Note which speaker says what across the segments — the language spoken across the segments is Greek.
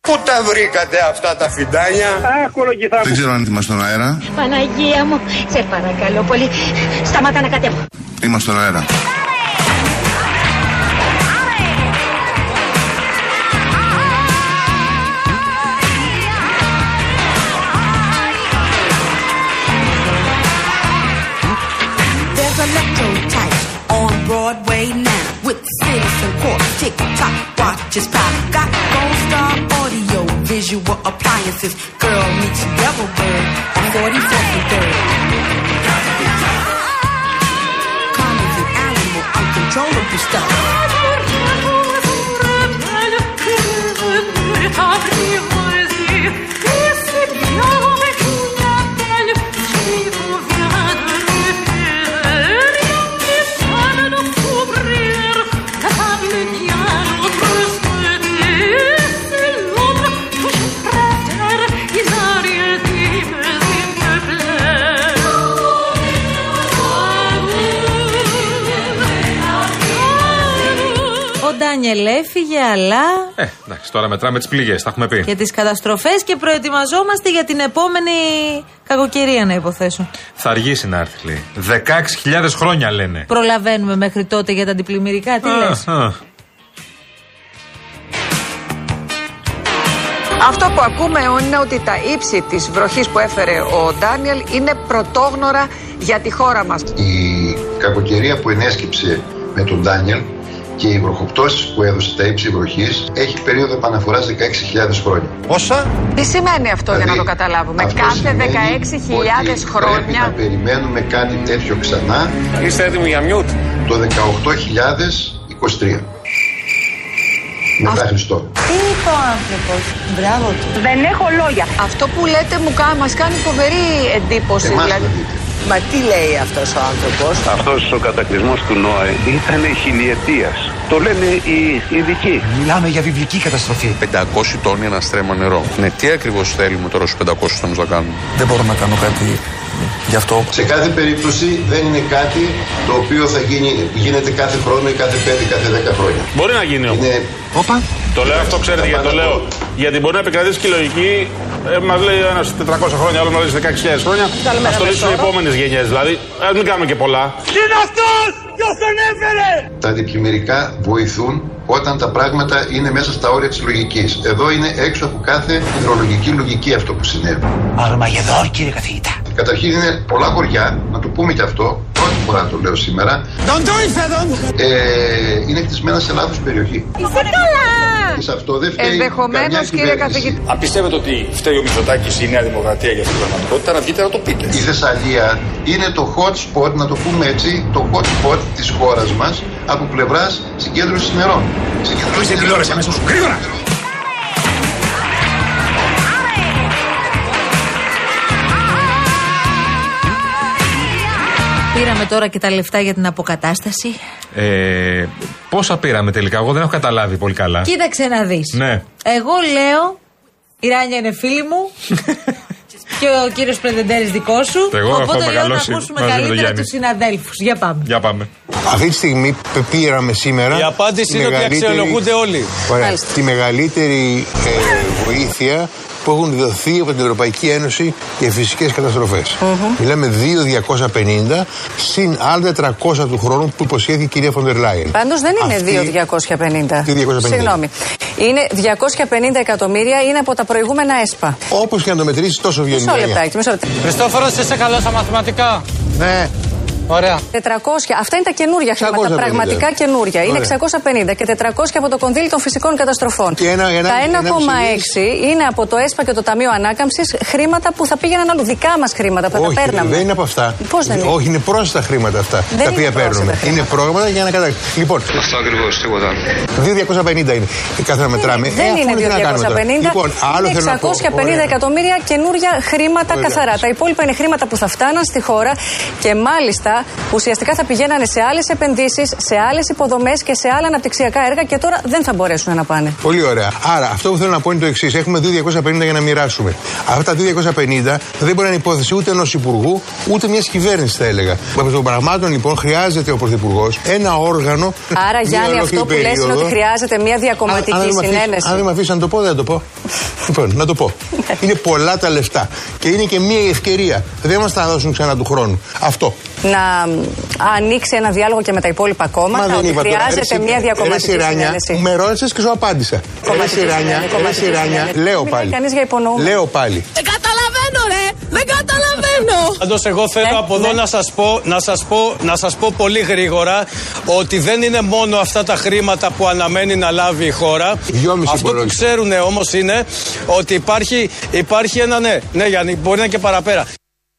Speaker 1: Πού τα βρήκατε αυτά τα φιντάνια.
Speaker 2: Άκολο και θα
Speaker 3: Δεν ξέρω αν είμαστε στον αέρα.
Speaker 4: Παναγία μου, σε παρακαλώ πολύ, σταμάτα να κατέβω.
Speaker 3: Είμαστε στον αέρα.
Speaker 5: There's electrotypes on Broadway now with citizen corp, tick tock, watches pop. Got gold star audio, visual appliances. Girl meets devil bird at 44th and 3rd. Commons an animal, uncontrollable stuff.
Speaker 6: Ο Ντάνιελ έφυγε, αλλά
Speaker 7: Ε, εντάξει, τώρα μετράμε τις πληγές, τα έχουμε πει.
Speaker 6: και τις καταστροφές και προετοιμαζόμαστε για την επόμενη κακοκαιρία, να υποθέσω.
Speaker 7: Θα αργήσει να έρθει, λέει. 16.000 χρόνια λένε.
Speaker 6: Προλαβαίνουμε μέχρι τότε για τα αντιπλημμυρικά, τι λες.
Speaker 7: Α, α.
Speaker 8: Αυτό που ακούμε είναι ότι τα ύψη της βροχής που έφερε ο Ντάνιελ είναι πρωτόγνωρα για τη χώρα μας.
Speaker 9: η κακοκαιρία που ενέσκυψε με τον Ντάνιελ και οι βροχοπτώσεις που έδωσε τα ύψη βροχής έχει περίοδο επαναφοράς 16.000 χρόνια.
Speaker 1: Πόσα.
Speaker 8: Τι σημαίνει αυτό για να
Speaker 9: Δηλαδή,
Speaker 8: το καταλάβουμε.
Speaker 9: αυτό
Speaker 8: Κάθε
Speaker 9: σημαίνει
Speaker 8: 16.000
Speaker 9: ότι Πρέπει να
Speaker 8: χρόνια
Speaker 9: περιμένουμε κάτι τέτοιο ξανά
Speaker 2: Είστε έτοιμοι για μιούτ.
Speaker 9: το 18.023. Μετά Χριστό.
Speaker 5: Τι είπε ο άνθρωπος. Μπράβο του.
Speaker 4: Δεν έχω λόγια.
Speaker 8: αυτό που λέτε μου κα- μας κάνει φοβερή εντύπωση.
Speaker 9: Εμάς θα
Speaker 8: δηλαδή.
Speaker 9: δείτε.
Speaker 10: Μα τι λέει αυτός ο άνθρωπος.
Speaker 2: Αυτός ο κατακλυσμός του ΝΟΕ ήταν χιλιετίας. Το λένε οι ειδικοί.
Speaker 10: Μιλάμε για βιβλική καταστροφή.
Speaker 11: 500 τόνοι ένα στρέμμα νερό. Ναι, τι ακριβώς θέλουμε τώρα στους 500 τόνους να κάνουμε.
Speaker 10: Δεν μπορώ να κάνω κάτι γι' αυτό.
Speaker 9: Σε κάθε περίπτωση δεν είναι κάτι το οποίο θα γίνει, γίνεται κάθε χρόνο ή κάθε 5 κάθε 10 χρόνια.
Speaker 2: Μπορεί να γίνει όμως.
Speaker 9: Είναι
Speaker 10: Όπα.
Speaker 2: Το λέω αυτό, ξέρετε γιατί το λέω. Γιατί μπορεί να επικρατήσει και η λογική. Ε, μας λέει ένας 400 χρόνια, άλλο μας λέει 16.000 χρόνια. Ας το λύσουν οι επόμενες γενιές. Δηλαδή, α μην κάνουμε και πολλά.
Speaker 9: Τα αντιπλημμυρικά βοηθούν όταν τα πράγματα είναι μέσα στα όρια της λογικής. Εδώ είναι έξω από κάθε υδρολογική λογική αυτό που συνέβη.
Speaker 10: Αρμαγεδόν κύριε καθηγητά.
Speaker 9: Καταρχήν είναι πολλά χωριά, να το πούμε και αυτό, πρώτη φορά το λέω σήμερα, ε, είναι χτισμένα σε λάθος περιοχή.
Speaker 4: Είσαι καλά.
Speaker 9: Και σε αυτό δεν φταίει
Speaker 8: Ενδεχομένως,
Speaker 9: καμιά
Speaker 8: κύριε
Speaker 9: κυβέρνηση.
Speaker 8: καθηγητή.
Speaker 11: Αν πιστεύετε ότι φταίει ο Μητσοτάκης ή η Νέα Δημοκρατία για αυτή την πραγματικότητα, να βγείτε να το πείτε.
Speaker 9: Η Θεσσαλία είναι το hot spot, να το πούμε έτσι, το hot spot της χώρας μας από πλευράς συγκέντρωσης νερών. Συγκέντρωσης νερών.
Speaker 11: Γρήγορα!
Speaker 6: Πήραμε τώρα και τα λεφτά για την αποκατάσταση.
Speaker 7: Ε, πόσα πήραμε τελικά, εγώ δεν έχω καταλάβει πολύ καλά.
Speaker 6: Κοίταξε να δεις.
Speaker 7: Ναι.
Speaker 6: Εγώ λέω, η Ράνια είναι φίλη μου. και ο κύριος Πρεδεντέρης δικός σου.
Speaker 7: Εγώ έχω
Speaker 6: Οπότε λέω να
Speaker 7: μεγαλώσει
Speaker 6: ακούσουμε
Speaker 7: μαζί με τον
Speaker 6: καλύτερα
Speaker 7: Γιάννη.
Speaker 6: τους συναδέλφους. Για πάμε.
Speaker 7: Για πάμε.
Speaker 3: Αυτή τη στιγμή πήραμε σήμερα.
Speaker 2: Ε?
Speaker 11: Η απάντηση
Speaker 3: τη
Speaker 11: είναι ότι
Speaker 3: μεγαλύτερη-
Speaker 11: αξιολογούνται όλοι.
Speaker 3: Ωραία.
Speaker 6: Μάλιστα.
Speaker 3: Τη μεγαλύτερη ε, βοήθεια που έχουν δοθεί από την Ευρωπαϊκή Ένωση για φυσικές καταστροφές. Μιλάμε 2.250 συν άλλα 400 του χρόνου που υποσχέθηκε η κυρία Φοντερ Λάιεν.
Speaker 8: Πάντως δεν είναι 2.250.
Speaker 3: Τι 250?
Speaker 8: Συγγνώμη. Είναι 250 εκατομμύρια, είναι από τα προηγούμενα ΕΣΠΑ.
Speaker 3: Όπως και να το μετρήσεις, τόσο βγαίνει.
Speaker 8: Μισό
Speaker 3: η Λάιεν.
Speaker 8: λεπτάκι, μισό λεπτάκι.
Speaker 11: Χριστόφορος, είσαι καλός στα μαθηματικά.
Speaker 3: Ναι.
Speaker 11: Ωραία.
Speaker 8: 400, αυτά είναι τα καινούρια χρήματα,
Speaker 3: 650.
Speaker 8: πραγματικά καινούρια. Είναι
Speaker 3: Ωραία.
Speaker 8: 650 και 400 από το κονδύλι των φυσικών καταστροφών.
Speaker 3: Και ένα- ένα-
Speaker 8: τα
Speaker 3: ένα
Speaker 8: 1,6 είναι από το ΕΣΠΑ και το Ταμείο Ανάκαμψης χρήματα που θα πήγαιναν αλλού. Δικά μας χρήματα που θα
Speaker 3: Όχι,
Speaker 8: τα παίρναμε.
Speaker 3: δεν είναι από αυτά.
Speaker 8: Πώς δεν είναι.
Speaker 3: Όχι, είναι πρόσθετα χρήματα αυτά
Speaker 8: Δεν
Speaker 3: τα
Speaker 8: είναι
Speaker 3: οποία παίρνουμε.
Speaker 8: πρόσθετα χρήματα.
Speaker 3: Είναι πρόγραμματα για να καταλάβει. Λοιπόν,
Speaker 11: Αυτό ακριβώς, τίποτα.
Speaker 3: 2.250 είναι. Κάθε να μετράμε. Ε,
Speaker 8: Δεν
Speaker 3: αυτό
Speaker 8: είναι
Speaker 3: τι να κάνουμε τώρα.
Speaker 8: 250.
Speaker 3: Λοιπόν, άλλο
Speaker 8: είναι
Speaker 3: θέλω να πω.
Speaker 8: 650
Speaker 3: Ωραία.
Speaker 8: εκατομμύρια καινούρια χρήματα
Speaker 3: Ωραία.
Speaker 8: καθαρά. Τα υπόλοιπα είναι χρήματα που θα φτάναν στη χώρα και μάλιστα
Speaker 12: αυτά ουσιαστικά θα πηγαίνανε σε άλλες επενδύσεις, σε άλλες υποδομές και σε άλλα αναπτυξιακά έργα και τώρα δεν θα μπορέσουν να πάνε.
Speaker 11: Πολύ ωραία. Άρα, αυτό που θέλω να πω είναι το εξής. Έχουμε 2.250 για να μοιράσουμε. Αυτά τα 2.250 δεν μπορεί να είναι υπόθεση ούτε ενός υπουργού, ούτε μιας κυβέρνησης, θα έλεγα. Με των πραγμάτων, λοιπόν, χρειάζεται ο Πρωθυπουργός ένα όργανο.
Speaker 12: Άρα,
Speaker 11: μια
Speaker 12: Γιάννη, αυτό
Speaker 11: ολόκληρη
Speaker 12: που λες είναι
Speaker 11: περίοδο.
Speaker 12: ότι χρειάζεται μια διακομματική
Speaker 11: δεν με αφήσεις-
Speaker 12: συνένεση.
Speaker 11: Αν δεν με αφήσει να το πω, δεν θα το πω. λοιπόν, να το πω. είναι πολλά τα λεφτά. Και είναι και μια ευκαιρία. Δεν μας τα δώσουν ξανά του χρόνου. Αυτό.
Speaker 12: να μ, ανοίξει ένα διάλογο και με τα υπόλοιπα κόμματα. ότι χρειάζεται μια διακομματική συνένεση.
Speaker 11: Με ρώτησες και σου απάντησα. Ρε
Speaker 12: Κομματική
Speaker 11: Σιράνια,
Speaker 12: συνένεση,
Speaker 11: ρε
Speaker 12: κομματική
Speaker 11: Σιράνια,
Speaker 12: συνένεση.
Speaker 11: λέω
Speaker 12: Δεν μιλάει
Speaker 11: πάλι.
Speaker 12: κανείς για υπονοούμενα.
Speaker 11: Λέω Ε, πάλι.
Speaker 13: Δεν καταλαβαίνω, ρε! Δεν καταλαβαίνω!
Speaker 2: Πάντως, εγώ
Speaker 12: Ε,
Speaker 2: θέλω από
Speaker 12: ναι.
Speaker 2: εδώ να σας πω, να σας πω, να σας πω πολύ γρήγορα ότι δεν είναι μόνο αυτά τα χρήματα που αναμένει να λάβει η χώρα. Αυτό που ξέρουν όμως είναι ότι υπάρχει, υπάρχει ένα ναι. Ναι, Γιάννη, μπορεί να είναι και παραπέρα.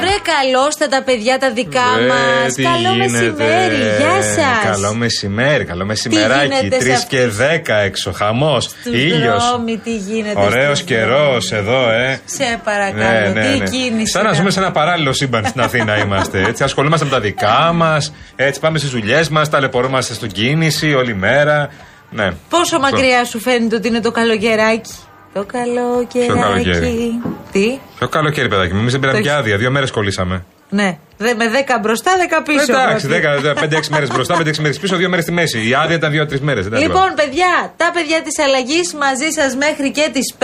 Speaker 8: Ρε καλώς τα τα παιδιά τα δικά
Speaker 7: Ε,
Speaker 8: μας.
Speaker 7: τι
Speaker 8: Καλό
Speaker 7: γίνεται.
Speaker 8: μεσημέρι, γεια σας.
Speaker 7: Καλό μεσημέρι, καλό μεσημεράκι.
Speaker 8: γίνεται σε
Speaker 7: 3 και 10 έξω, χαμός. Ήλιος.
Speaker 8: δρόμοι, τι γίνεται.
Speaker 7: Ωραίος
Speaker 8: στους
Speaker 7: καιρό
Speaker 8: δρόμους.
Speaker 7: εδώ, ε. Ναι,
Speaker 8: Σε παρακαλώ, τι κίνηση.
Speaker 7: Σαν να
Speaker 8: ήταν.
Speaker 7: ζούμε σε ένα παράλληλο σύμπαν στην Αθήνα είμαστε. Έτσι, ασχολούμαστε με τα δικά μας, έτσι πάμε στις δουλειές μας, ταλαιπωρούμαστε στην κίνηση όλη μέρα. Ναι.
Speaker 8: Πόσο
Speaker 7: Αυτό.
Speaker 8: μακριά σου φαίνεται ότι είναι το καλοκαιράκι. Το καλοκαιράκι.
Speaker 7: καλοκαίρι?
Speaker 8: Τι,
Speaker 7: Πιο καλοκαίρι, παιδάκι μου. Εμείς δεν πήραμε
Speaker 8: Το
Speaker 7: και άδεια. Δύο μέρες κολλήσαμε.
Speaker 8: ναι. Δε, με 10 μπροστά, 10 πίσω.
Speaker 7: Εντάξει,
Speaker 8: Γράφει.
Speaker 7: 5-6 μέρες μπροστά, 5-6 μέρες πίσω, 2 μέρες στη μέση. Η άδεια ήταν 2-3 μέρε.
Speaker 8: Λοιπόν, παιδιά, τα παιδιά της αλλαγής μαζί σας μέχρι και τις 5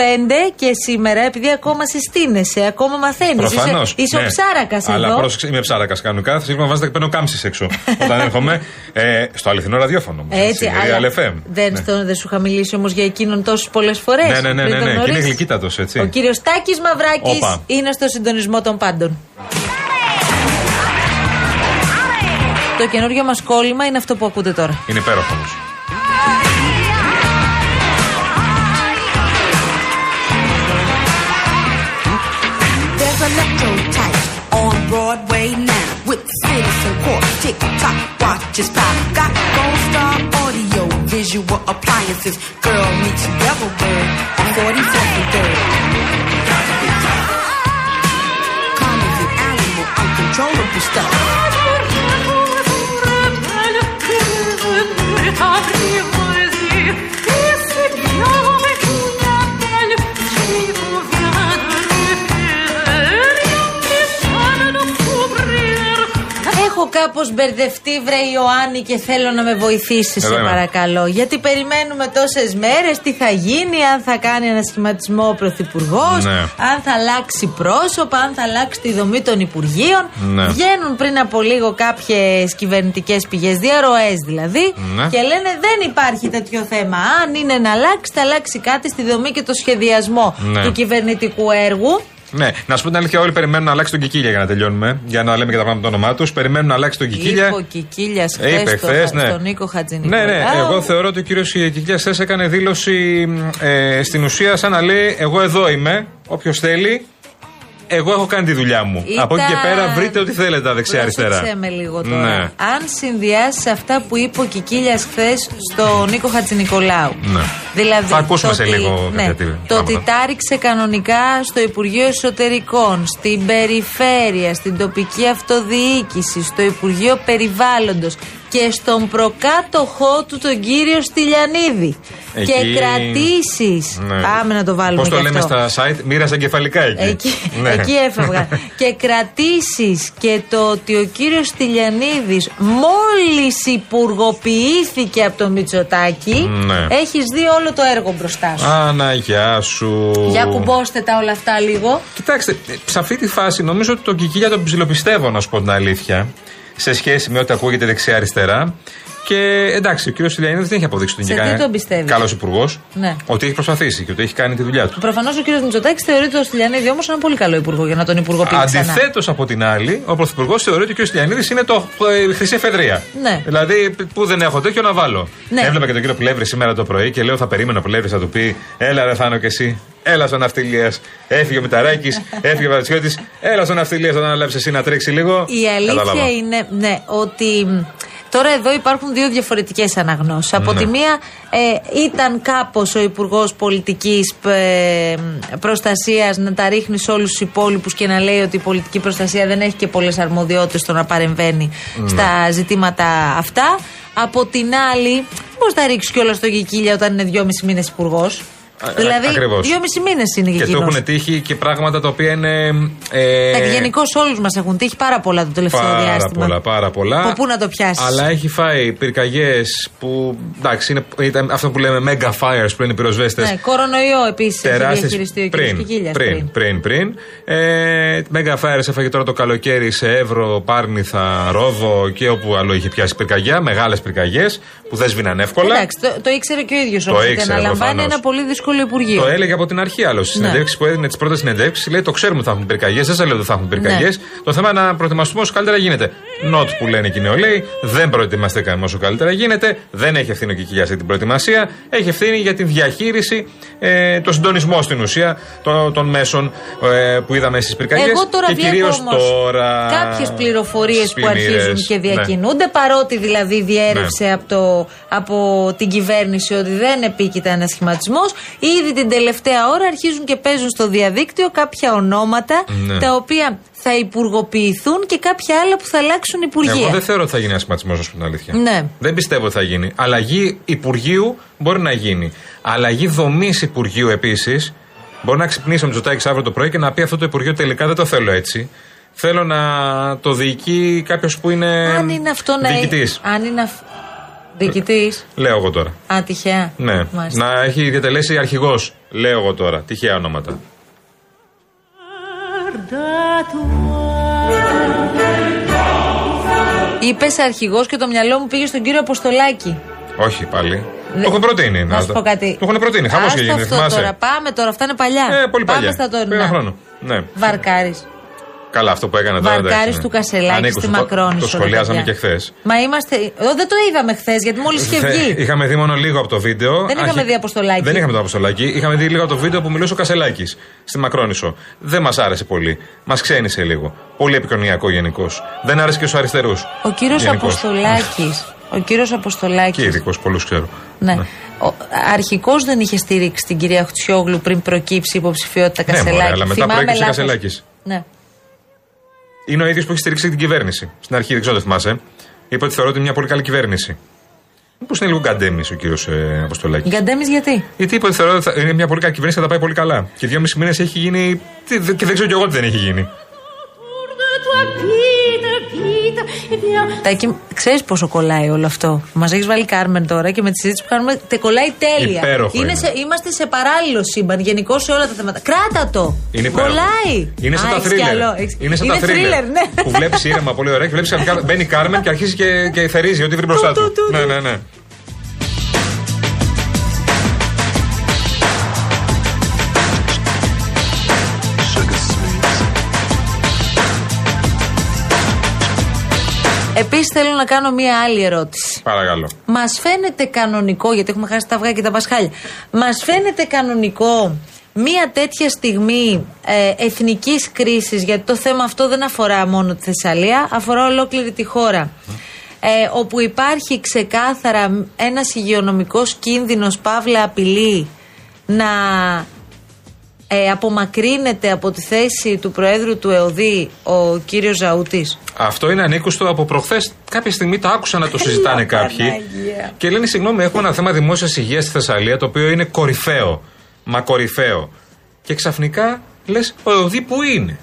Speaker 8: και σήμερα, επειδή ακόμα συστήνεσαι, ακόμα μαθαίνεις.
Speaker 7: Προφανώ.
Speaker 8: Είσαι, είσαι ο ψάρακας
Speaker 7: ναι. Αλλά
Speaker 8: εδώ.
Speaker 7: πρόσεξε, είμαι ψάρακας κανονικά. Θα σίγουρα βάζετε και παίρνω κάμψεις έξω όταν έρχομαι. ε, στο αληθινό ραδιόφωνο μου.
Speaker 8: Έτσι,
Speaker 7: αλλά.
Speaker 8: αλλά δεν, στον- δεν σου είχα μιλήσει όμως για εκείνον τόσες πολλές φορές.
Speaker 7: Ναι, ναι, ναι, ναι, ναι. Και είναι γλυκύτατος, έτσι.
Speaker 8: Ο κύριος Τάκης Μαυράκης
Speaker 7: Όπα.
Speaker 8: είναι στο συντονισμό των πάντων. Το καινούριο μας κόλλημα είναι αυτό που ακούτε τώρα.
Speaker 7: Είναι υπέροχο όμως.
Speaker 5: There's electrotype on Broadway now with skills and quartz, tick tock, watch is pop. Got gold star audio, visual appliances. Girl meets devil bird on 44th and 3rd. Commons and animal, uncontrollable stuff.
Speaker 8: Έχω κάπω μπερδευτεί, βρε Ιωάννη, και θέλω να με βοηθήσεις, σε
Speaker 7: Εδώ είμαι.
Speaker 8: παρακαλώ. Γιατί περιμένουμε τόσες μέρες τι θα γίνει, αν θα κάνει ένα σχηματισμό ο Πρωθυπουργός,
Speaker 7: Ναι.
Speaker 8: αν θα αλλάξει πρόσωπα, αν θα αλλάξει τη δομή των Υπουργείων.
Speaker 7: Ναι.
Speaker 8: Βγαίνουν πριν από λίγο κάποιες κυβερνητικές πηγές, διαρροές δηλαδή,
Speaker 7: Ναι.
Speaker 8: και λένε δεν υπάρχει τέτοιο θέμα. Αν είναι να αλλάξει, θα αλλάξει κάτι στη δομή και το σχεδιασμό
Speaker 7: Ναι.
Speaker 8: του κυβερνητικού έργου.
Speaker 7: Ναι, να σου πω την αλήθεια, όλοι περιμένουν να αλλάξει τον Κικίλια για να τελειώνουμε. Για να λέμε και τα πράγματα το όνομά τους. Περιμένουν να αλλάξει τον Κικίλια.
Speaker 8: Είπε ο Κικίλιας
Speaker 7: Είπε
Speaker 8: χθες στο-
Speaker 7: χθες, ναι.
Speaker 8: στον Νίκο Χατζηνικολάου.
Speaker 7: Ναι, ναι. Εγώ θεωρώ ότι ο κύριος Κικίλιας χθες έκανε δήλωση ε, στην ουσία σαν να λέει: Εγώ εδώ είμαι. Όποιος θέλει, εγώ έχω κάνει τη δουλειά μου.
Speaker 8: Ήταν-
Speaker 7: Από εκεί και πέρα βρείτε ό,τι θέλετε τα δεξιά-αριστερά.
Speaker 8: Πρόσεξέ με λίγο τώρα.
Speaker 7: Ναι.
Speaker 8: Αν συνδυάσει αυτά που είπε ο Κικίλιας χθες στον Νίκο Χατζηνικολάου.
Speaker 7: ναι.
Speaker 8: Δηλαδή,
Speaker 7: Θα ακούσουμε
Speaker 8: το
Speaker 7: σε
Speaker 8: ότι-
Speaker 7: λίγο
Speaker 8: ναι,
Speaker 7: κάποια τέτοια
Speaker 8: Το ότι
Speaker 7: πράγματα.
Speaker 8: τάριξε κανονικά στο Υπουργείο Εσωτερικών, στην Περιφέρεια, στην τοπική αυτοδιοίκηση, στο Υπουργείο Περιβάλλοντος
Speaker 5: και στον προκάτοχό του τον κύριο Στυλιανίδη.
Speaker 7: Εκεί-
Speaker 5: Και κρατήσεις.
Speaker 7: Ναι.
Speaker 5: Πάμε να το βάλουμε.
Speaker 7: Πώς το
Speaker 5: και
Speaker 7: λέμε
Speaker 5: αυτό.
Speaker 7: στα site, μοίρασαν κεφαλικά εκεί.
Speaker 5: Εκεί,
Speaker 7: Ναι.
Speaker 5: εκεί έφευγα. και κρατήσεις και το ότι ο κύριος Στυλιανίδης μόλις υπουργοποιήθηκε από τον Μητσοτάκη,
Speaker 7: Ναι.
Speaker 5: έχεις δει όλο το έργο μπροστά σου.
Speaker 7: Άνα, γεια σου.
Speaker 5: Για κουμπώστε τα όλα αυτά λίγο.
Speaker 7: Κοιτάξτε, ε, σε αυτή τη φάση νομίζω ότι τον Κικίλια τον ψιλοπιστεύω, να σου πω την αλήθεια. Σε σχέση με ό,τι ακούγεται δεξιά-αριστερά. Και εντάξει, ο κύριος Ηλιανίδη δεν έχει αποδείξει ότι
Speaker 5: Σε τι τον πιστεύεις?
Speaker 7: καλός υπουργός.
Speaker 5: Ναι.
Speaker 7: Ότι έχει προσπαθήσει και ότι έχει κάνει τη δουλειά του.
Speaker 5: Προφανώς ο κύριος Μητσοτάκης θεωρεί τον Στυλιανίδη όμω ένα πολύ καλό υπουργό για να τον υπουργοποιήσει ξανά.
Speaker 7: Αντιθέτως από την άλλη, ο Πρωθυπουργός θεωρεί ότι ο κ. Στυλιανίδη είναι το ε, χρυσή εφεδρεία.
Speaker 5: Ναι.
Speaker 7: Δηλαδή, που δεν έχω τέτοιο να βάλω.
Speaker 5: Ναι.
Speaker 7: Έβλεπα και τον κύριο Πλεύρη σήμερα το πρωί και λέω: Θα περίμενα ο Πλεύρη να του πει: Έλα, ρε Θάνο και εσύ. Έλα στον ναυτιλίας. Έφυγε ο Μηταράκης, έφυγε ο Βατσιώτη. Έλα στον ναυτιλίας, θα αναλάβεις εσύ να τρέξει λίγο.
Speaker 5: Η αλήθεια
Speaker 7: Κατάλαβα.
Speaker 5: είναι ναι, ότι μ, τώρα εδώ υπάρχουν δύο διαφορετικές αναγνώσεις. Από
Speaker 7: Ναι.
Speaker 5: τη μία, ε, ήταν κάπως ο Υπουργός Πολιτικής ε, Προστασίας να τα ρίχνει σε όλους τους υπόλοιπους και να λέει ότι η πολιτική προστασία δεν έχει και πολλές αρμοδιότητες στο να παρεμβαίνει
Speaker 14: Ναι.
Speaker 5: στα ζητήματα αυτά. Από την άλλη, πώς θα ρίξει κιόλας τον Κικίλια όταν είναι δυόμισι μήνες υπουργός.
Speaker 7: Α, α,
Speaker 5: Δηλαδή,
Speaker 7: ακριβώς.
Speaker 5: δυόμισι μήνες είναι
Speaker 7: Και του
Speaker 5: εκείνος.
Speaker 7: έχουν τύχει και πράγματα τα οποία είναι.
Speaker 5: Εντάξει,
Speaker 7: Ε,
Speaker 5: γενικώς όλους μας έχουν τύχει πάρα πολλά το τελευταίο
Speaker 7: Πάρα
Speaker 5: διάστημα.
Speaker 7: πολλά, πάρα πολλά.
Speaker 5: Από πού να το πιάσεις.
Speaker 7: Αλλά έχει φάει πυρκαγιές που εντάξει, είναι, ήταν αυτό που λέμε mega fires που είναι οι πυροσβέστες.
Speaker 5: Ναι, κορονοϊό επίσης έχει
Speaker 7: Τεράστιες-
Speaker 5: διαχειριστεί ο κ.
Speaker 7: πριν,
Speaker 5: Κικίλιας.
Speaker 7: πριν, πριν, πριν. Ε, Μέγα Fires έφαγε τώρα το καλοκαίρι σε Εύρο, Πάρνηθα, Ρόδο και όπου άλλο είχε πιάσει πυρκαγιά. Μεγάλες πυρκαγιές που δεν σβήναν εύκολα.
Speaker 5: Εντάξει, το, το ήξερε και ο ίδιος
Speaker 7: Το
Speaker 5: όμω. Ότι
Speaker 7: ήξερε,
Speaker 5: αναλαμβάνει
Speaker 7: προφανώς.
Speaker 5: ένα πολύ δύσκολο Υπουργείο.
Speaker 7: Το έλεγε από την αρχή άλλος. Στι
Speaker 5: Ναι.
Speaker 7: συνεντεύξει που έδινε, τις πρώτες συνεντεύξεις, λέει: Το ξέρουμε ότι θα έχουν πυρκαγιές. Δεν σας λέω ότι θα έχουν πυρκαγιέ.
Speaker 5: Ναι.
Speaker 7: Το θέμα είναι να προετοιμαστούμε όσο καλύτερα γίνεται. Not που λένε και οι νεολαίοι, δεν προετοιμαστεί κανένα όσο καλύτερα γίνεται. Δεν έχει ευθύνη ο Κικίλιας για την προετοιμασία. Έχει ευθύνη για τη διαχείριση, ε, το συντονισμό στην ουσία των, των μέσων ε, που είδαμε στις πυρκαγιές.
Speaker 5: Εγώ τώρα
Speaker 7: και
Speaker 5: βλέπω
Speaker 7: κυρίως
Speaker 5: όμως
Speaker 7: τώρα.
Speaker 5: Κάποιες πληροφορίες
Speaker 7: στις Ναι.
Speaker 5: που αρχίζουν
Speaker 7: πλημμύρες.
Speaker 5: και διακινούνται, παρότι δηλαδή διέρευσε
Speaker 7: Ναι.
Speaker 5: από, το, από την κυβέρνηση ότι δεν επίκειται ένας σχηματισμός, ήδη την τελευταία ώρα αρχίζουν και παίζουν στο διαδίκτυο κάποια ονόματα
Speaker 7: Ναι.
Speaker 5: τα οποία θα υπουργοποιηθούν και κάποια άλλα που θα αλλάξουν
Speaker 7: Ναι.
Speaker 5: υπουργεία.
Speaker 7: Εγώ δεν θεωρώ ότι θα γίνει ένα σχηματισμό, να σου πω την αλήθεια.
Speaker 5: Ναι.
Speaker 7: Δεν πιστεύω ότι θα γίνει. Αλλαγή Υπουργείου μπορεί να γίνει. Αλλαγή δομής Υπουργείου επίσης. Μπορεί να ξυπνήσει ο Μητσοτάκης αύριο το πρωί και να πει αυτό το Υπουργείο τελικά δεν το θέλω έτσι. Θέλω να το διοικεί κάποιος που είναι.
Speaker 5: αν είναι αυτό να
Speaker 7: διοικητής.
Speaker 5: Αν είναι αυ... Διοικητής.
Speaker 7: Λέω εγώ τώρα.
Speaker 5: Α, τυχαία.
Speaker 7: Ναι.
Speaker 5: Μάλιστα.
Speaker 7: Να έχει διατελέσει αρχηγός. Λέω εγώ τώρα. Τυχαία ονόματα.
Speaker 5: Είπες αρχηγός και το μυαλό μου πήγε στον κύριο Αποστολάκη.
Speaker 7: Όχι πάλι.
Speaker 5: Δε-
Speaker 7: Το έχουν προτείνει.
Speaker 5: Ναι. Να σου πω κάτι.
Speaker 7: Το έχουν προτείνει. Χαμός
Speaker 5: Άστα
Speaker 7: και γίνει.
Speaker 5: αυτό
Speaker 7: Θυμάσαι.
Speaker 5: τώρα. Πάμε τώρα. Αυτά είναι παλιά.
Speaker 7: Ε, πολύ
Speaker 5: Πάμε
Speaker 7: παλιά.
Speaker 5: στα
Speaker 7: Πριν ένα
Speaker 5: τωρινά.
Speaker 7: χρόνο. Ναι.
Speaker 5: Βαρκάρη.
Speaker 7: Καλά, αυτό που έκανε τώρα.
Speaker 5: Βαρκάρης
Speaker 7: εντάξει, ναι.
Speaker 5: του Κασελάκη
Speaker 7: Ανήκουσε,
Speaker 5: στη
Speaker 7: το-
Speaker 5: Μακρόνησο,
Speaker 7: Το
Speaker 5: ρε
Speaker 7: σχολιάζαμε
Speaker 5: παιδιά.
Speaker 7: και χθες.
Speaker 5: Μα είμαστε. Εδώ δεν το είδαμε χθες γιατί μόλις είχε
Speaker 7: Ναι.
Speaker 5: βγει.
Speaker 7: Ε, Είχαμε δει μόνο λίγο από το βίντεο.
Speaker 5: Δεν είχαμε
Speaker 7: Αρχι-
Speaker 5: δει Αποστολάκη.
Speaker 7: Δεν είχαμε το Αποστολάκη. Είχαμε δει λίγο από το βίντεο που μιλούσε ο Κασελάκης στη Μακρόνησο. Δεν μας άρεσε πολύ. Μας ξένησε λίγο. Πολύ επικοινωνιακό γενικώς. Δεν άρεσε και στους αριστερούς.
Speaker 5: Ο κύριος Αποστολάκης. Ο κύριος Αποστολάκης.
Speaker 7: Και ειδικός, πολλούς ξέρω.
Speaker 5: Ναι. Ο αρχικό δεν είχε στηρίξει την κυρία Χτσιόγλου πριν προκύψει η υποψηφιότητα
Speaker 7: Ναι,
Speaker 5: Κασελάκη.
Speaker 7: μωρέ, αλλά μετά
Speaker 5: Θυμάμαι
Speaker 7: προέκυψε
Speaker 5: λάθος.
Speaker 7: Κασελάκης.
Speaker 5: Ναι.
Speaker 7: Είναι ο ίδιος που έχει στηρίξει την κυβέρνηση. Στην αρχή, δεν ξέρω αν το θυμάσαι. Είπε ότι θεωρώ ότι είναι μια πολύ καλή κυβέρνηση. Μήπως είναι λίγο γκαντέμις ο κύριος ε, Αποστολάκης.
Speaker 5: Γκαντέμις γιατί.
Speaker 7: Γιατί είπε ότι θεωρώ ότι θα- είναι μια πολύ καλή κυβέρνηση και θα τα πάει πολύ καλά. Και δύο μισή μήνες έχει γίνει. τι- δε- Και δεν ξέρω κι εγώ τι δεν έχει γίνει.
Speaker 5: Τάκη, ξέρεις πόσο κολλάει όλο αυτό. Μας έχεις βάλει Κάρμεν τώρα και με τη συζήτηση που κάνουμε. Τε κολλάει τέλεια.
Speaker 7: Υπέροχο είναι.
Speaker 5: σε- είμαστε σε παράλληλο σύμπαν γενικώ σε όλα τα θέματα. Κράτα το!
Speaker 7: Είναι υπέροχο.
Speaker 5: κολλάει!
Speaker 7: Είναι σαν
Speaker 5: Α,
Speaker 7: τα
Speaker 5: έχεις
Speaker 7: θρίλερ.
Speaker 5: κι άλλο, έχεις-
Speaker 7: Είναι σαν τα
Speaker 5: thriller,
Speaker 7: θρίλερ.
Speaker 5: ναι.
Speaker 7: Που βλέπεις ήρεμα πολύ ωραία και βλέπεις ξαφνικά μπαίνει η Κάρμεν και αρχίζει και, και θερίζει ό,τι βρει μπροστά του. Ναι, ναι, ναι.
Speaker 5: Επίσης θέλω να κάνω μία άλλη ερώτηση.
Speaker 7: Παρακαλώ.
Speaker 5: Μας φαίνεται κανονικό, γιατί έχουμε χάσει τα αυγά και τα πασχάλια. Μας φαίνεται κανονικό μία τέτοια στιγμή ε, εθνικής κρίσης, γιατί το θέμα αυτό δεν αφορά μόνο τη Θεσσαλία, αφορά ολόκληρη τη χώρα. Ε, όπου υπάρχει ξεκάθαρα ένας υγειονομικός κίνδυνος, παύλα απειλή, να ε, απομακρύνεται από τη θέση του Προέδρου του ΕΟΔΗ ο κύριος Ζαούτης.
Speaker 7: Αυτό είναι ανήκουστο από προχθές. Κάποια στιγμή τα άκουσα να το συζητάνε κάποιοι. Και λένε, συγγνώμη, έχουμε ένα θέμα δημόσιας υγείας στη Θεσσαλία το οποίο είναι κορυφαίο. Μα κορυφαίο. Και ξαφνικά λες, ο ΕΟΔΗ πού είναι.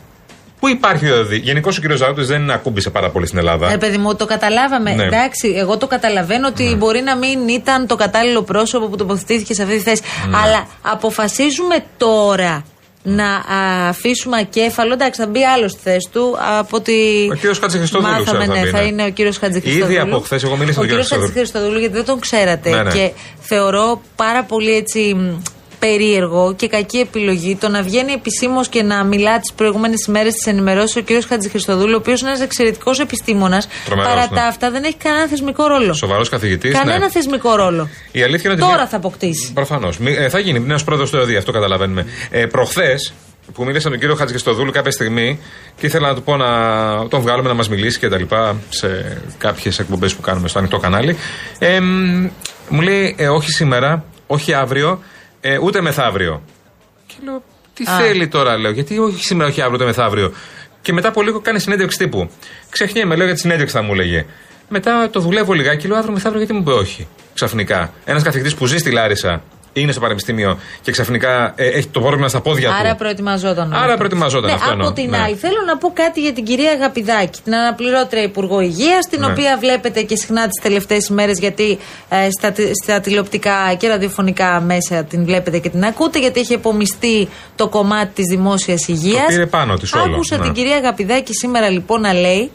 Speaker 7: Πού υπάρχει ο ΕΟΔΗ. Γενικώ ο κ. Ζάουτο δεν ακούμπησε πάρα πολύ στην Ελλάδα.
Speaker 5: Ρε Ε, παιδί μου, το καταλάβαμε.
Speaker 7: Ναι.
Speaker 5: Εντάξει, εγώ το καταλαβαίνω ότι μπορεί να μην ήταν το κατάλληλο πρόσωπο που τοποθετήθηκε σε αυτή τη θέση.
Speaker 7: Ναι.
Speaker 5: Αλλά αποφασίζουμε τώρα να α, αφήσουμε ακέφαλο. Εντάξει, θα μπει άλλος στη θέση του από ότι.
Speaker 7: Ο κύριος Χατζηχριστοδούλου,
Speaker 5: Μάθαμε,
Speaker 7: ξέρω, θα
Speaker 5: ναι,
Speaker 7: μπει,
Speaker 5: θα
Speaker 7: ναι.
Speaker 5: είναι ο κύριος Χατζηχριστοδούλου.
Speaker 7: Ήδη από χθες εγώ μίλησα με τον
Speaker 5: Ο
Speaker 7: κύριος
Speaker 5: κύριο Χατζηχριστοδούλου, γιατί δεν τον ξέρατε.
Speaker 7: Ναι, ναι.
Speaker 5: Και θεωρώ πάρα πολύ έτσι μ, περίεργο και κακή επιλογή το να βγαίνει επισήμως και να μιλά τις προηγούμενες ημέρε τη ενημερώσεις ο κ. Χατζηχριστοδούλου, ο οποίος είναι ένας εξαιρετικός επιστήμονας.
Speaker 7: Τρομερός,
Speaker 5: Παρά
Speaker 7: ναι.
Speaker 5: τα αυτά δεν έχει κανένα θεσμικό ρόλο.
Speaker 7: Σοβαρός καθηγητής.
Speaker 5: κανένα
Speaker 7: ναι.
Speaker 5: θεσμικό ρόλο.
Speaker 7: Η αλήθεια είναι ότι.
Speaker 5: Τώρα θα αποκτήσει.
Speaker 7: Προφανώς. ε, θα γίνει νέο πρόεδρος του ΕΟΔΗ, αυτό καταλαβαίνουμε. Ε, Προχθές, που μίλησα με τον κύριο Χατζηστοδούλου κάποια στιγμή και ήθελα να του πω να τον βγάλουμε να μας μιλήσει και τα λοιπά σε κάποιες εκπομπές που κάνουμε στο ανοιχτό κανάλι. Ε, μ, μου λέει ε, όχι σήμερα, όχι αύριο, ε, ούτε μεθαύριο. Και λέω, τι
Speaker 2: Α.
Speaker 7: θέλει τώρα, λέω, γιατί όχι σήμερα, όχι αύριο, ούτε μεθαύριο. Και μετά από λίγο κάνει συνέντευξη τύπου. Ξεχνιέμαι, λέω για τη συνέντευξη θα μου λέγε. Μετά το δουλεύω λιγάκι, λέω αύριο μεθαύριο, γιατί μου είπε όχι. Ξαφνικά. Ένας καθηγητής που ζει στη Λάρισα, είναι στο πανεπιστήμιο και ξαφνικά ε, έχει το πρόβλημα στα πόδια
Speaker 5: Άρα
Speaker 7: του.
Speaker 5: προετοιμαζόταν.
Speaker 7: Άρα προετοιμαζόταν,
Speaker 5: ναι,
Speaker 7: αυτό
Speaker 5: Από
Speaker 7: εννοώ,
Speaker 5: την
Speaker 7: ναι.
Speaker 5: άλλη, θέλω να πω κάτι για την κυρία Αγαπηδάκη, την αναπληρώτρια Υπουργό Υγείας, την
Speaker 7: Ναι.
Speaker 5: οποία βλέπετε και συχνά τις τελευταίες ημέρες, γιατί ε, στα, τε- στα τηλεοπτικά και ραδιοφωνικά μέσα την βλέπετε και την ακούτε, γιατί έχει επομιστεί το κομμάτι της δημόσιας υγείας.
Speaker 7: πήρε πάνω της όλο,
Speaker 5: Άκουσα
Speaker 7: ναι.
Speaker 5: την κυρία Αγαπηδάκη σήμερα λοιπόν να λέει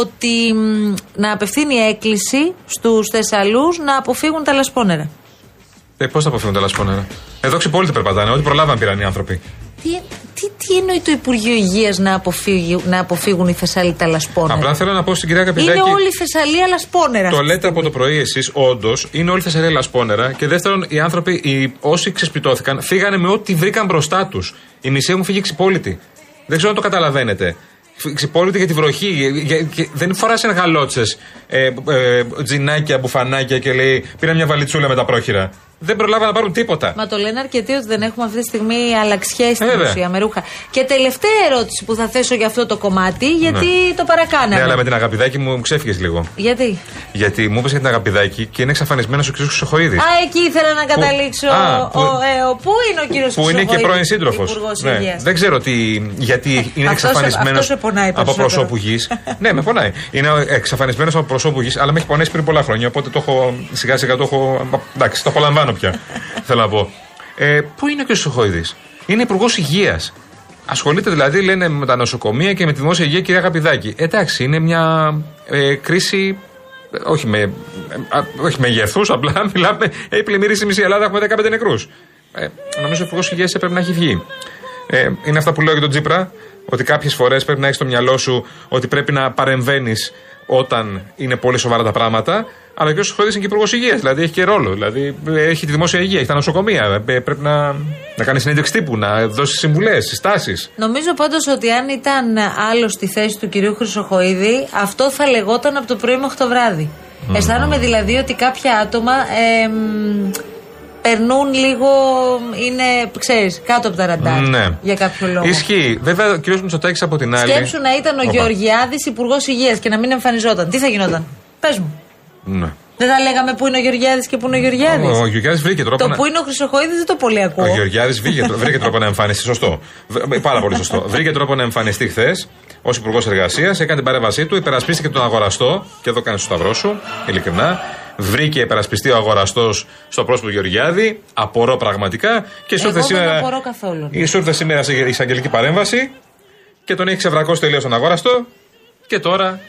Speaker 5: ότι μ, να απευθύνει έκκληση στους Θεσσαλούς να αποφύγουν τα λασπόνερα.
Speaker 7: Ε, Πώς θα αποφύγουν τα λασπόνερα. Εδώ ξυπόλυτοι περπατάνε, ό,τι προλάβαν πήραν οι άνθρωποι.
Speaker 5: Τι, τι, τι εννοεί το Υπουργείο Υγείας να, αποφύγει- να αποφύγουν οι Θεσσαλοί τα λασπόνερα.
Speaker 7: Απλά θέλω να πω στην κυρία Καπιδάκη.
Speaker 5: Είναι όλη η Θεσσαλία λασπόνερα.
Speaker 7: Το λέτε από το πρωί εσείς, όντως, είναι όλοι Θεσσαλία λασπόνερα. Και δεύτερον, οι άνθρωποι, οι, όσοι ξεσπιτώθηκαν, φύγανε με ό,τι βρήκαν μπροστά τους. Η μισή έχουν φύγει ξυπόλυτη. Δεν ξέρω αν το καταλαβαίνετε. Φυ- Ξυπόλυτη για τη βροχή. για- για- και δεν φορά εργαλότσε, ε, ε, τζινάκια, μπουφανάκια και λέει Πήρα μια βαλιτσούλα με τα πρόχειρα. Δεν προλάβα να πάρουν τίποτα.
Speaker 5: Μα το λένε αρκετοί ότι δεν έχουμε αυτή τη στιγμή αλλαξιές στην
Speaker 7: Βέβαια.
Speaker 5: ουσία με ρούχα. Και τελευταία ερώτηση που θα θέσω για αυτό το κομμάτι, γιατί
Speaker 7: Ναι.
Speaker 5: το παρακάναμε.
Speaker 7: Ναι, αλλά με την αγαπηδάκι μου ξέφυγες λίγο.
Speaker 5: Γιατί.
Speaker 7: Γιατί μου είπες για την αγαπηδάκι και είναι εξαφανισμένος ο κ. Χρυσοχοίδη.
Speaker 5: Α, εκεί ήθελα να καταλήξω.
Speaker 7: Ε. Α,
Speaker 5: Ο-
Speaker 7: που-
Speaker 5: ο- ε, ο- Πού είναι ο κύριος
Speaker 7: Που είναι και πρώην σύντροφος. Δεν ξέρω τι, γιατί είναι
Speaker 5: Αυτός-
Speaker 7: εξαφανισμένος
Speaker 5: αυτός σε πονάει
Speaker 7: από
Speaker 5: περισσότερο.
Speaker 7: προσώπου γης. ναι, με πονάει. Είναι εξαφανισμένος από προσώπου γης, αλλά με έχει πονέσει πριν πολλά χρόνια. Οπότε το έχω σιγά σιγά το έχω. Εντάξει, το απολαμβάνω πια. θέλω να πω. Ε, πού είναι και ο Σοχοίδη. Είναι υπουργός υγείας. Ασχολείται δηλαδή, λένε, με τα νοσοκομεία και με τη δημόσια υγεία, κυρία Αγαπηδάκη. Εντάξει, είναι μια ε, κρίση. ε, Όχι με, ε, α, όχι με γεθούς, απλά μιλάμε. Έχει πλημμυρίσει η μισή Ελλάδα, έχουμε 15 νεκρούς. Ε, νομίζω ο υπουργός υγείας έπρεπε να έχει βγει. Ε, είναι αυτά που λέω για τον Τζίπρα, ότι κάποιες φορές πρέπει να έχεις στο μυαλό σου ότι πρέπει να παρεμβαίνεις όταν είναι πολύ σοβαρά τα πράγματα. Αλλά και ο Σοχοίδη είναι και υπουργός υγείας, δηλαδή έχει και ρόλο. Δηλαδή ε, έχει τη δημόσια υγεία, έχει τα νοσοκομεία. ε, Πρέπει να, να κάνει συνέντευξη τύπου, να δώσει συμβουλές, συστάσεις.
Speaker 5: Νομίζω πάντως ότι αν ήταν άλλος στη θέση του κυρίου Χρυσοχοίδη, αυτό θα λεγόταν από το πρωί μέχρι το βράδυ. Αισθάνομαι δηλαδή ότι κάποια άτομα εμ, περνούν λίγο, είναι, ξέρεις, κάτω από τα ραντάρ.
Speaker 7: Ναι.
Speaker 5: Για κάποιο λόγο.
Speaker 7: Ισχύει. Βέβαια, ο κ. Μητσοτάκης από την άλλη.
Speaker 5: Σκέψου να ήταν ο
Speaker 7: Όπα.
Speaker 5: Γεωργιάδης υπουργός υγείας και να μην εμφανιζόταν. Τι θα γινόταν. Πες μου.
Speaker 7: Ναι.
Speaker 5: Δεν θα λέγαμε πού είναι ο Γεωργιάδης και πού είναι ο Γεωργιάδης.
Speaker 7: Ο Γεωργιάδης βρήκε τρόπο.
Speaker 5: Το
Speaker 7: να-
Speaker 5: που είναι ο Χρυσοχοίδης δεν το πολύ ακούω.
Speaker 7: ναι. Ο Γεωργιάδης βρήκε, τρο- βρήκε τρόπο να εμφανιστεί. Σωστό. Β- Πάρα πολύ σωστό. Βρήκε τρόπο να εμφανιστεί χθες ως Υπουργός Εργασίας, έκανε την παρέμβασή του, υπερασπίστηκε τον αγοραστό. Και εδώ κάνει το σταυρό σου, ειλικρινά. Βρήκε υπερασπιστή ο αγοραστός στο πρόσωπο του Γεωργιάδη. Απορώ πραγματικά. Και σου
Speaker 5: Εγώ
Speaker 7: ήρθε
Speaker 5: δεν
Speaker 7: σήμερα.
Speaker 5: απορώ καθόλου.
Speaker 7: Σου ήρθε σήμερα σε εισαγγελική παρέμβαση και τον έχει ξεβρακώσει τελείως τον αγοραστό. Και τώρα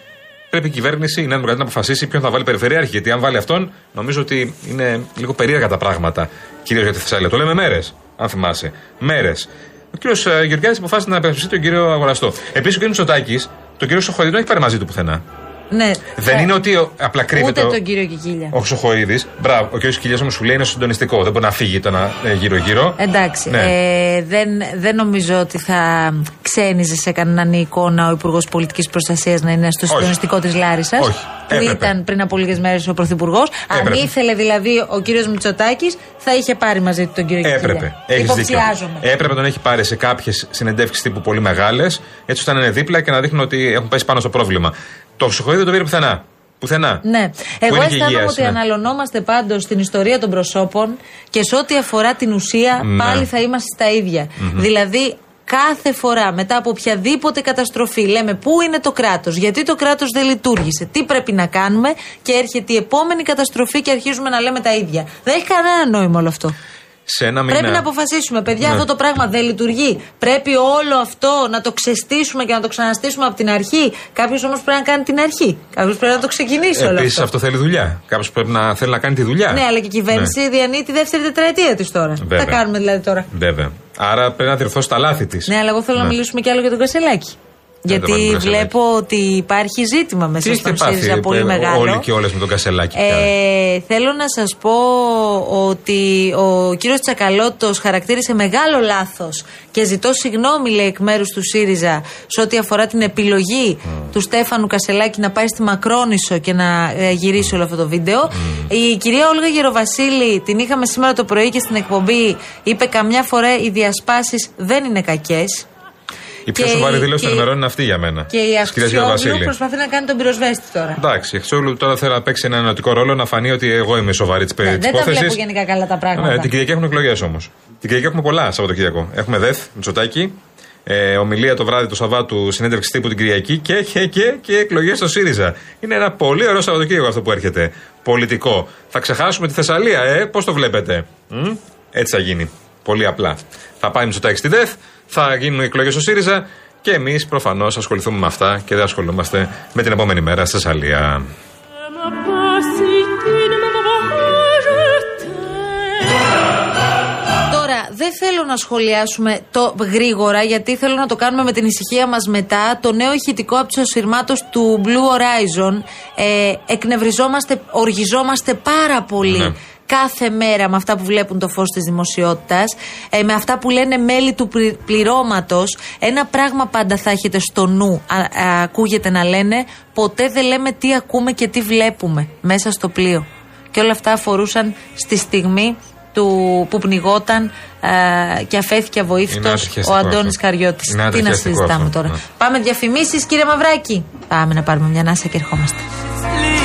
Speaker 7: πρέπει η κυβέρνηση η Νέα Δημοκρατία να αποφασίσει ποιον θα βάλει περιφερειάρχη. Γιατί αν βάλει αυτόν, νομίζω ότι είναι λίγο περίεργα τα πράγματα. Κυρίως για τη Θεσσαλία. Το λέμε μέρες, αν θυμάσαι. Μέρες. Ο ε, κύριο Γεωργιάδης αποφάσισε να υπερασπιστεί τον κύριο Αγοραστό. Επίσης ο κύριος Μητσοτάκη, τον κύριο Σοχοίδη, δεν έχει πάρει μαζί του πουθενά.
Speaker 5: Ναι.
Speaker 7: Δεν είναι ότι ο- απλά κρύβεται.
Speaker 5: Ούτε
Speaker 7: ο-
Speaker 5: τον κύριο Κικίλια.
Speaker 7: Ο Χρυσοχοίδη. Μπράβο, ο κ. Κιλιά μου σου λέει είναι συντονιστικό. Δεν μπορεί να φύγει το να ε, γύρω-γύρω.
Speaker 5: Εντάξει.
Speaker 7: Ναι.
Speaker 5: Ε, δεν, δεν νομίζω ότι θα ξένιζε σε κανέναν η εικόνα ο Υπουργός Πολιτικής Προστασίας να είναι στο
Speaker 7: Όχι.
Speaker 5: συντονιστικό της Λάρισας.
Speaker 7: Όχι.
Speaker 5: Που
Speaker 7: Έπρεπε.
Speaker 5: ήταν πριν από λίγες μέρες ο Πρωθυπουργός. Αν
Speaker 7: Έπρεπε.
Speaker 5: ήθελε δηλαδή ο κύριος Μητσοτάκης, θα είχε πάρει μαζί του τον κύριο Κικίλια.
Speaker 7: Έπρεπε. Έχεις δίκιο.
Speaker 5: Υποψιάζομαι.
Speaker 7: Έπρεπε να τον έχει πάρει σε κάποιες συνεντεύξεις τύπου πολύ μεγάλες, έτσι ώστε να είναι δίπλα και να δείχνουν ότι έχουν πέσει πάνω στο πρόβλημα. Το Χρυσοχοίδη δεν το πήρε πουθενά. Πουθενά.
Speaker 5: Ναι. Εγώ
Speaker 7: είναι και
Speaker 5: αισθάνομαι
Speaker 7: υγείας,
Speaker 5: ότι
Speaker 7: ναι.
Speaker 5: αναλωνόμαστε πάντως στην ιστορία των προσώπων και σε ό,τι αφορά την ουσία
Speaker 7: Ναι.
Speaker 5: πάλι θα είμαστε στα ίδια.
Speaker 7: Μμμ.
Speaker 5: Δηλαδή κάθε φορά μετά από οποιαδήποτε καταστροφή λέμε πού είναι το κράτος, γιατί το κράτος δεν λειτουργήσε, τι πρέπει να κάνουμε και έρχεται η επόμενη καταστροφή και αρχίζουμε να λέμε τα ίδια. Δεν έχει κανένα νόημα όλο αυτό.
Speaker 7: Σε ένα μήνα.
Speaker 5: Πρέπει να αποφασίσουμε, παιδιά,
Speaker 7: Ναι.
Speaker 5: αυτό το πράγμα δεν λειτουργεί. Πρέπει όλο αυτό να το ξεστήσουμε και να το ξαναστήσουμε από την αρχή. Κάποιος όμως πρέπει να κάνει την αρχή. Κάποιος πρέπει να το ξεκινήσει όλο
Speaker 7: Επίσης
Speaker 5: αυτό.
Speaker 7: αυτό θέλει δουλειά. Κάποιος πρέπει να θέλει να κάνει τη δουλειά.
Speaker 5: Ναι, αλλά και η κυβέρνηση διανύει τη δεύτερη τετραετία της τώρα.
Speaker 7: Ε, Βέβαια.
Speaker 5: Τα κάνουμε δηλαδή τώρα.
Speaker 7: Ναι. Βέβαια. Άρα πρέπει να διορθώσει τα λάθη της.
Speaker 5: Ναι, αλλά εγώ θέλω να μιλήσουμε κι άλλο για τον Κασελάκη.
Speaker 7: το βάλουμε
Speaker 5: Γιατί
Speaker 7: τον Κασελάκη.
Speaker 5: βλέπω ότι υπάρχει ζήτημα μέσα
Speaker 7: Τι έχετε
Speaker 5: στον
Speaker 7: πάθει
Speaker 5: ΣΥΡΙΖΑ πολύ
Speaker 7: ε,
Speaker 5: μεγάλο.
Speaker 7: όλοι και Ναι. όλες με τον Κασελάκη. πια.
Speaker 5: Ε, θέλω να σας πω ότι ο κύριος Τσακαλώτος χαρακτήρισε μεγάλο λάθος και ζητώ συγγνώμη λέει εκ μέρους του ΣΥΡΙΖΑ σε ό,τι αφορά την επιλογή
Speaker 7: Mm.
Speaker 5: του Στέφανου Κασελάκη να πάει στη Μακρόνισο και να ε, γυρίσει όλο αυτό το βίντεο.
Speaker 7: Mm.
Speaker 5: Η κυρία Όλγα Γεροβασίλη την είχαμε σήμερα το πρωί και στην εκπομπή είπε καμιά φορά οι διασπάσεις δεν είναι κακές.
Speaker 7: Η πιο
Speaker 5: και
Speaker 7: σοβαρή
Speaker 5: η-
Speaker 7: δήλωση των
Speaker 5: και-
Speaker 7: ημερών είναι αυτή για μένα.
Speaker 5: Και η
Speaker 7: Της κυρίας
Speaker 5: Αξιόγλου
Speaker 7: Γεωργασίλη.
Speaker 5: προσπαθεί να κάνει τον πυροσβέστη τώρα.
Speaker 7: Εντάξει, η Αξιόγλου τώρα θέλει να παίξει ένα ενωτικό ρόλο να φανεί ότι εγώ είμαι σοβαρή της
Speaker 5: Ναι, δεν τα βλέπω
Speaker 7: υπόθεσης.
Speaker 5: γενικά καλά τα πράγματα.
Speaker 7: Ναι, την Κυριακή έχουν εκλογές όμως. Την Κυριακή έχουμε πολλά Σαββατοκύριακο. Έχουμε ΔΕΘ, Μητσοτάκη, ε, ομιλία το βράδυ του Σαββάτου, συνέντευξη τύπου την Κυριακή και, και, και, και εκλογές στο ΣΥΡΙΖΑ. Είναι ένα πολύ ωραίο Σαββατοκύριακο αυτό που έρχεται. Πολιτικό. Θα ξεχάσουμε τη Θεσσαλία, ε, πώς το βλέπετε. Μμ? Έτσι θα γίνει. Πολύ απλά. Θα πάει Μητσοτάκη στη ΔΕΘ, θα γίνουν εκλογές στο ΣΥΡΙΖΑ και εμείς προφανώς ασχοληθούμε με αυτά και δεν ασχολούμαστε με την επόμενη μέρα στη Θεσσαλία.
Speaker 5: Τώρα, δεν θέλω να σχολιάσουμε το γρήγορα, γιατί θέλω να το κάνουμε με την ησυχία μας μετά. Το νέο ηχητικό από τους ασυρμάτους του Blue Horizon. Ε, εκνευριζόμαστε, οργιζόμαστε πάρα πολύ.
Speaker 14: Ναι.
Speaker 5: Κάθε μέρα με αυτά που βλέπουν το φως της δημοσιότητας, ε, με αυτά που λένε μέλη του πλη- πληρώματος, ένα πράγμα πάντα θα έχετε στο νου, α- α- ακούγεται να λένε, ποτέ δεν λέμε τι ακούμε και τι βλέπουμε μέσα στο πλοίο. Και όλα αυτά αφορούσαν στη στιγμή του, που πνιγόταν ε, και αφέθηκε
Speaker 7: Είναι
Speaker 5: avoήθητος
Speaker 7: ατυχιαστικό
Speaker 5: ο Αντώνης
Speaker 7: αυτό.
Speaker 5: Καριώτης.
Speaker 7: Είναι
Speaker 5: Τι να
Speaker 7: ατυχιαστικό
Speaker 5: συζητάμε
Speaker 7: αυτό,
Speaker 5: τώρα.
Speaker 7: ναι.
Speaker 5: Πάμε διαφημίσεις κύριε Μαυράκη. Πάμε να πάρουμε μια ανάσα και ερχόμαστε.
Speaker 15: Les